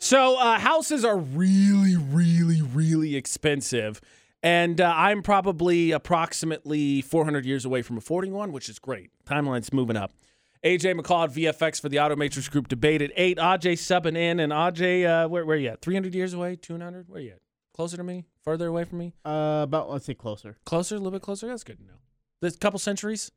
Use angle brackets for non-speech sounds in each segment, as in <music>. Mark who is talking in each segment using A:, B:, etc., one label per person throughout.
A: So uh, houses are really, really, really expensive, and uh, I'm probably approximately 400 years away from affording one, which is great. Timeline's moving up. AJ McCall at VFX for the Auto Matrix Group debate at eight. Aj subbing in, and Aj, uh, where, where you at? 300 years away? 200? Where you at? Closer to me? Further away from me?
B: Uh, about let's say closer,
A: Closer? A little bit closer? That's good to know. This couple centuries?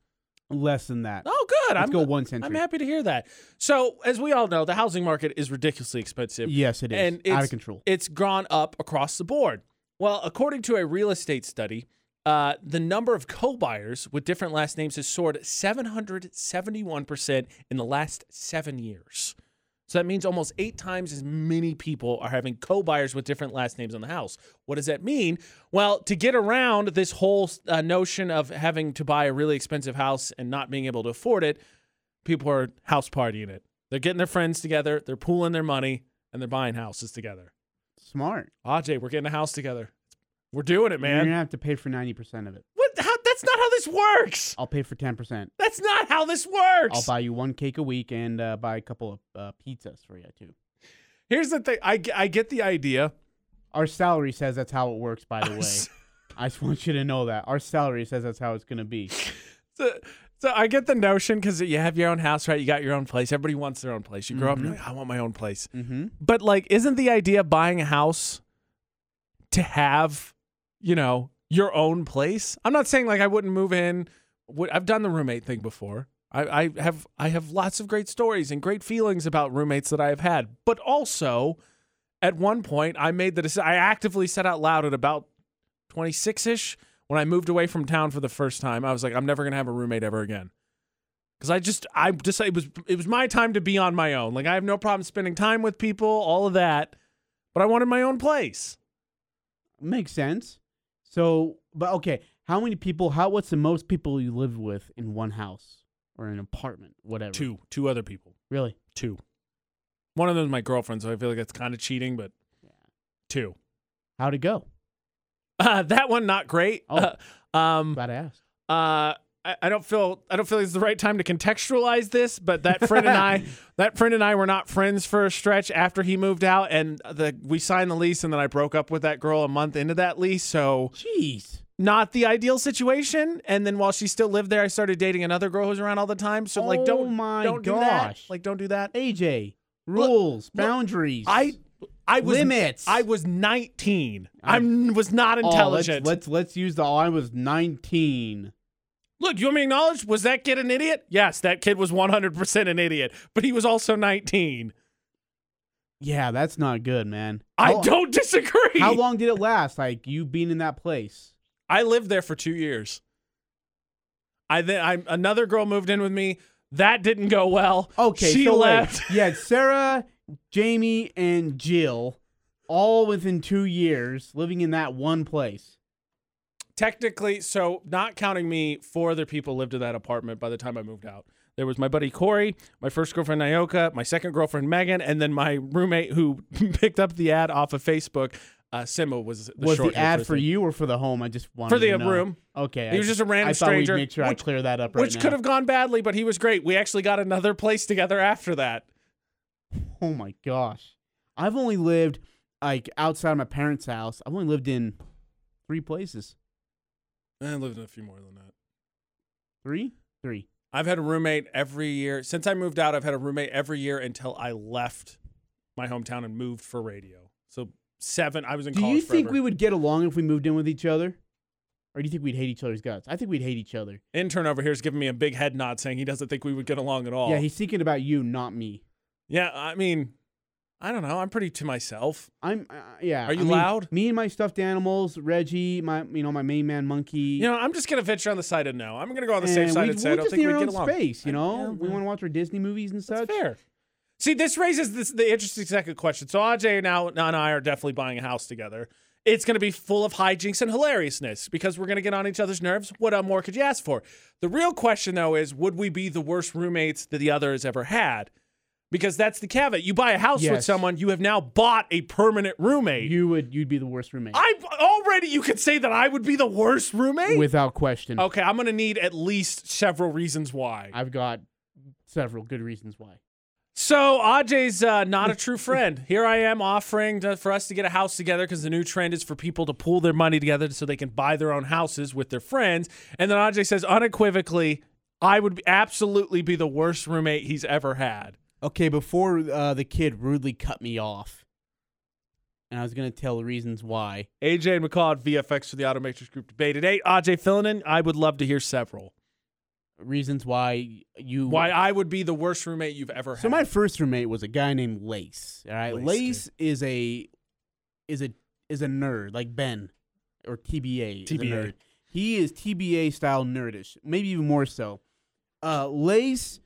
B: less than that.
A: Oh, good.
B: let's
A: I'm
B: go one century.
A: I'm happy to hear that. So, as we all know, the housing market is ridiculously expensive.
B: Yes, it is
A: And
B: out
A: it's-
B: of control.
A: It's gone up across the board. Well, according to a real estate study, uh, the number of co buyers with different last names has soared 771% in the last seven years. So that means almost eight times as many people are having co buyers with different last names on the house. What does that mean? Well, to get around this whole uh, notion of having to buy a really expensive house and not being able to afford it, people are house partying it. They're getting their friends together, they're pooling their money, and they're buying houses together.
B: Smart
A: Aj, we're getting a house together. We're doing it,
B: You're
A: man.
B: gonna have to pay for ninety percent of it.
A: What? How, that's not how this works.
B: I'll pay for ten percent.
A: That's not how this works.
B: I'll buy you one cake a week and uh, buy a couple of uh, pizzas for you too.
A: Here's the thing. I, g- I get the idea.
B: Our salary says that's how it works. By
A: <laughs>
B: the way, I just want you to know that our salary says that's how it's gonna be.
A: So, so I get the notion because you have your own house, right? You got your own place. Everybody wants their own place. You grow up and you're like, I want my own place.
B: Mm-hmm.
A: But like, isn't the idea buying a house to have, you know, your own place? I'm not saying like I wouldn't move in. Would- I've done the roommate thing before. I, I have I have lots of great stories and great feelings about roommates that I have had. But also, at one point, I made the decision. I actively said out loud at about 26 ish when I moved away from town for the first time. I was like, I'm never gonna have a roommate ever again. Cause I just, I just, it was, it was my time to be on my own. Like I have no problem spending time with people, all of that, but I wanted my own place.
B: Makes sense. So, but okay, how many people? How what's the most people you live with in one house or an apartment, whatever?
A: Two, two other people,
B: Really?
A: two. One of them is my girlfriend, so I feel like that's kind of cheating, but two. <laughs>
B: How'd it go?
A: Uh, that one not great.
B: Oh.
A: Uh, um,
B: About to ask.
A: uh, I, I don't feel I don't feel it's the right time to contextualize this, but that friend and I that friend and I were not friends for a stretch after he moved out, and the we signed the lease, and then I broke up with that girl a month into that lease, so
B: Jeez.
A: not the ideal situation. And then while she still lived there, I started dating another girl who's around all the time. So like,
B: Oh
A: don't
B: my
A: don't do that.
B: gosh.
A: Like, don't do that.
B: AJ, rules,
A: look,
B: boundaries.
A: I I was
B: Limits.
A: I was 19.
B: I-
A: I was not
B: Oh, let's-
A: intelligent.
B: let's, let's use the. I was nineteen.
A: Look, you want me to acknowledge? Was that kid an idiot? Yes, that kid was 100% an idiot, but he was also 19.
B: Yeah, that's not good, man.
A: I
B: How-
A: don't e- disagree.
B: How long did it last? Like you being in that place?
A: I lived there for two years. I then I another girl moved in with me. That didn't go well.
B: Okay,
A: she
B: so wait.
A: left.
B: you had Sarah, Jamie, and Jill, all within two years, living in that one place.
A: technically so not counting me four other people lived in that apartment by the time i moved out there was my buddy corey my first girlfriend nyoka my second girlfriend megan and then my roommate who <laughs> picked up the ad off of facebook uh, Simo was the
B: was
A: short
B: the ad for you or for the home? I just wanted
A: For the
B: to know.
A: room.
B: Okay,
A: He was just a random
B: I thought
A: stranger,
B: We'd make sure
A: which-
B: I clear that up right
A: which
B: now.
A: could have gone badly but he was great we actually got another place together after that
B: Oh my gosh, I've only lived like outside of my parents' house. I've only lived in three places.
A: i lived in a few more than that
B: Three, three.
A: I've had a roommate every year since I moved out. I've had a roommate every year until I left my hometown and moved for radio. So seven. I was in
B: Do
A: college.
B: you think
A: forever.
B: we would get along if we moved in with each other? Or do you think we'd hate each other's guts? I think we'd hate each other.
A: Intern over here is giving me a big head nod, saying he doesn't think we would get along at all.
B: Yeah, he's thinking about you, not me.
A: yeah. I mean, I don't know. I'm pretty to myself.
B: I'm uh, yeah.
A: Are you
B: I mean,
A: loud?
B: Me and my stuffed animals, Reggie, my you know my main man monkey.
A: You know, I'm just gonna venture on the side of no. I'm gonna go on the safe
B: and
A: side
B: we,
A: and say
B: we
A: I don't
B: just
A: think
B: need
A: we
B: our
A: get
B: own
A: along.
B: Space, you know,
A: yeah,
B: we
A: yeah.
B: want to watch our Disney movies and such.
A: That's fair. See, this raises this, the interesting second question. So Ajay now, now and I are definitely buying a house together. It's going to be full of hijinks and hilariousness because we're going to get on each other's nerves. What uh, more could you ask for? The real question, though, is would we be the worst roommates that the other has ever had? Because that's the caveat. You buy a house with
B: Yes.
A: someone, you have now bought a permanent roommate.
B: You would you'd be the worst roommate
A: I already you could say that I would be the worst roommate.
B: without question.
A: okay, I'm going to need at least several reasons why.
B: I've got several good reasons why.
A: So Ajay's uh, not a true friend. Here I am offering to, for us to get a house together because the new trend is for people to pool their money together so they can buy their own houses with their friends. And then Ajay says unequivocally, "I would absolutely be the worst roommate he's ever had."
B: Okay, before uh, the kid rudely cut me off, and I was gonna tell the reasons why.
A: AJ and McCall at VFX for the Automatrix Group debate at eight. Ajay filling in. I would love to hear several
B: Reasons why you
A: why I would be the worst roommate you've ever had.
B: So my first roommate was a guy named Lace. All right,
A: Lace,
B: Lace, is a is a is a nerd like Ben or TBA. is a
A: TBA.
B: nerd. He is TBA style nerdish, maybe even more so. Uh, Lace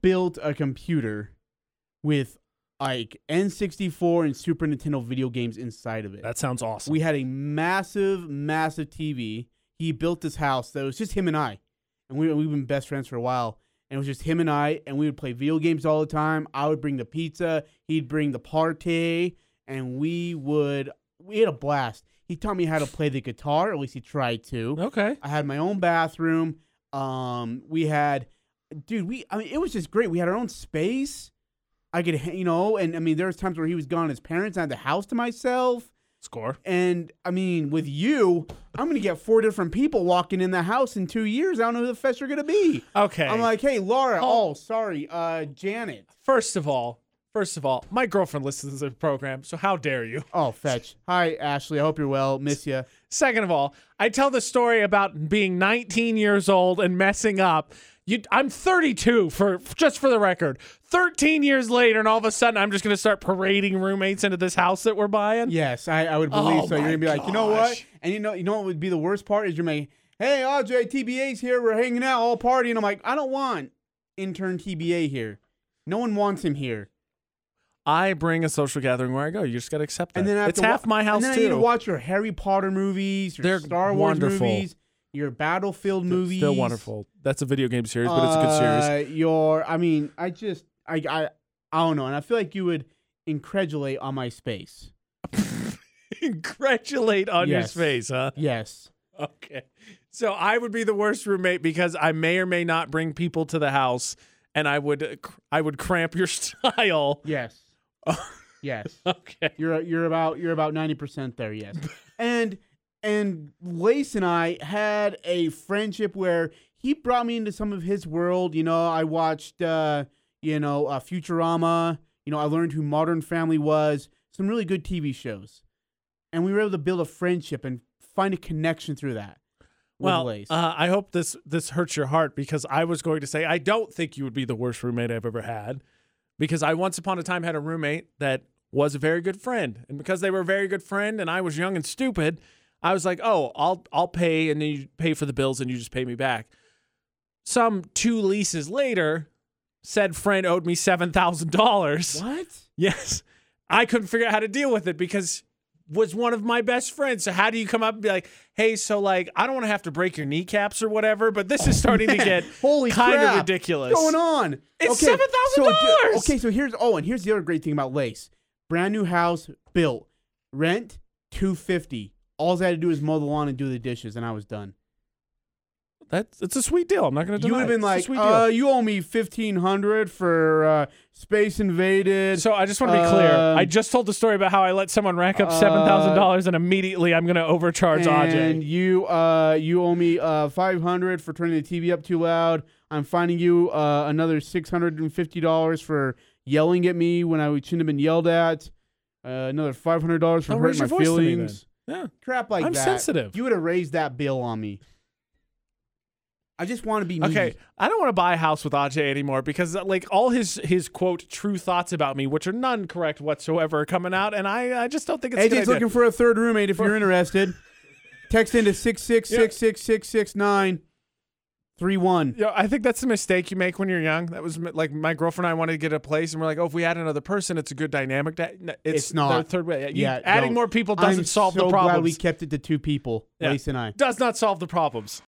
B: built a computer with like N64 and Super Nintendo video games inside of it.
A: that sounds awesome.
B: We had a massive, massive TV. He built this house that was just him and I, and we we've been best friends for a while. And it was just him and I, and we would play video games all the time. I would bring the pizza, he'd bring the party, and we would we had a blast. He taught me how to play the guitar, at least he tried to.
A: okay.
B: I had my own bathroom. Um, we had, dude, we. I mean, it was just great. We had our own space. I could, ha- you know, and I mean, there was times where he was gone. His parents I had the house to myself.
A: Score.
B: And I mean, with you, I'm gonna get four different people walking in the house in two years. I don't know who the fest you're gonna be.
A: Okay.
B: I'm like, hey, Laura.
A: Oh.
B: Oh, sorry, uh, Janet.
A: First of all, first of all, my girlfriend listens to the program, so how dare you?
B: Oh, fetch. Hi, Ashley. I hope you're well. Miss you.
A: Second of all, I tell the story about being 19 years old and messing up. You, I'm 32 for just for the record. 13 years later, and all of a sudden, I'm just going to start parading roommates into this house that we're buying.
B: Yes, I, I would believe
A: Oh
B: so. You're
A: my
B: gonna be like, you know what?
A: gosh.
B: And you know, you know what would be the worst part is you're like, hey, Audrey, TBA's here. We're hanging out, all party, and I'm like, I don't want intern TBA here. No one wants him here.
A: I bring a social gathering where I go. You just got to accept that.
B: And then I have
A: it's
B: to wa-
A: half my house
B: and then I need
A: too.
B: to watch your Harry Potter movies, your
A: They're
B: Star Wars
A: wonderful.
B: movies, your Battlefield
A: Still-
B: movies.
A: Still wonderful. That's a video game series, but it's a good series.
B: Uh, Your, I mean, I just, I, I, I don't know, and I feel like you would incredulate on my space.
A: <laughs> Congratulate on your
B: Yes.
A: space, huh?
B: Yes.
A: <laughs> Okay. So I would be the worst roommate because I may or may not bring people to the house and I would uh, I would cramp your <laughs> style. <laughs>
B: Yes. yes.
A: Okay.
B: You're you're about you're about ninety percent
A: <laughs>
B: there. Yes, and and Lace and I had a friendship where he brought me into some of his world. You know, I watched uh, you know uh, Futurama. You know, I learned who Modern Family was. Some really good TV shows, and we were able to build a friendship and find a connection through that. with
A: Well,
B: Lace.
A: uh, I hope this this hurts your heart because I was going to say I don't think you would be the worst roommate I've ever had because I once upon a time had a roommate that was a very good friend and because they were a very good friend and I was young and stupid, I was like, "Oh, I'll I'll pay and then you pay for the bills and you just pay me back." Some two leases later, said friend owed me $7,000. <laughs>
B: what?
A: Yes. I couldn't figure out how to deal with it because was one of my best friends. So how do you come up and be like, hey, so like I don't want to have to break your kneecaps or whatever, but this is starting to get
B: <laughs> Holy
A: kind of
B: crap.
A: ridiculous.
B: What's going on?
A: It's
B: Okay, so do-
A: $7,000.
B: okay, so here's oh, and here's the other great thing about Lace. Brand new house built, rent two fifty. All I had to do was mow the lawn and do the dishes, and I was done.
A: That's it's a sweet deal. I'm not gonna deny
B: You would have
A: it.
B: been
A: It's a
B: like,
A: sweet
B: uh,
A: deal.
B: you owe me fifteen hundred for uh, space invaded.
A: So I just want to be clear.
B: um,
A: I just told the story about how I let someone rack up
B: uh,
A: seven thousand dollars and immediately I'm gonna overcharge
B: and
A: Ajay.
B: you uh, you owe me uh, five hundred for turning the TV up too loud. I'm finding you uh, another six hundred and fifty dollars for yelling at me when I shouldn't have been yelled at. Uh, another five hundred dollars for
A: Oh, raise
B: hurting my
A: your voice to me then.
B: feelings.
A: Yeah.
B: Crap like
A: I'm
B: that.
A: sensitive.
B: You would have raised that bill on me. I just want to be needy.
A: Okay, I don't want to buy a house with Ajay anymore because like all his his quote true thoughts about me, which are none correct whatsoever, are coming out, and I, I just don't think it's a good
B: AJ's
A: idea.
B: looking for a third roommate if
A: <laughs>
B: you're interested. Text into six six six six six six nine three one.
A: Yeah, I think that's the mistake you make when you're young. That was m- like my girlfriend and I wanted to get a place, and we're like, oh, if we add another person, it's a good dynamic. That n- it's,
B: It's not.
A: their third way. You-
B: Yeah,
A: adding
B: don't.
A: more people doesn't
B: I'm
A: solve
B: so
A: the
B: glad we
A: problems.
B: kept it to two people,
A: Yeah.
B: Lace and I.
A: Does not solve the problems.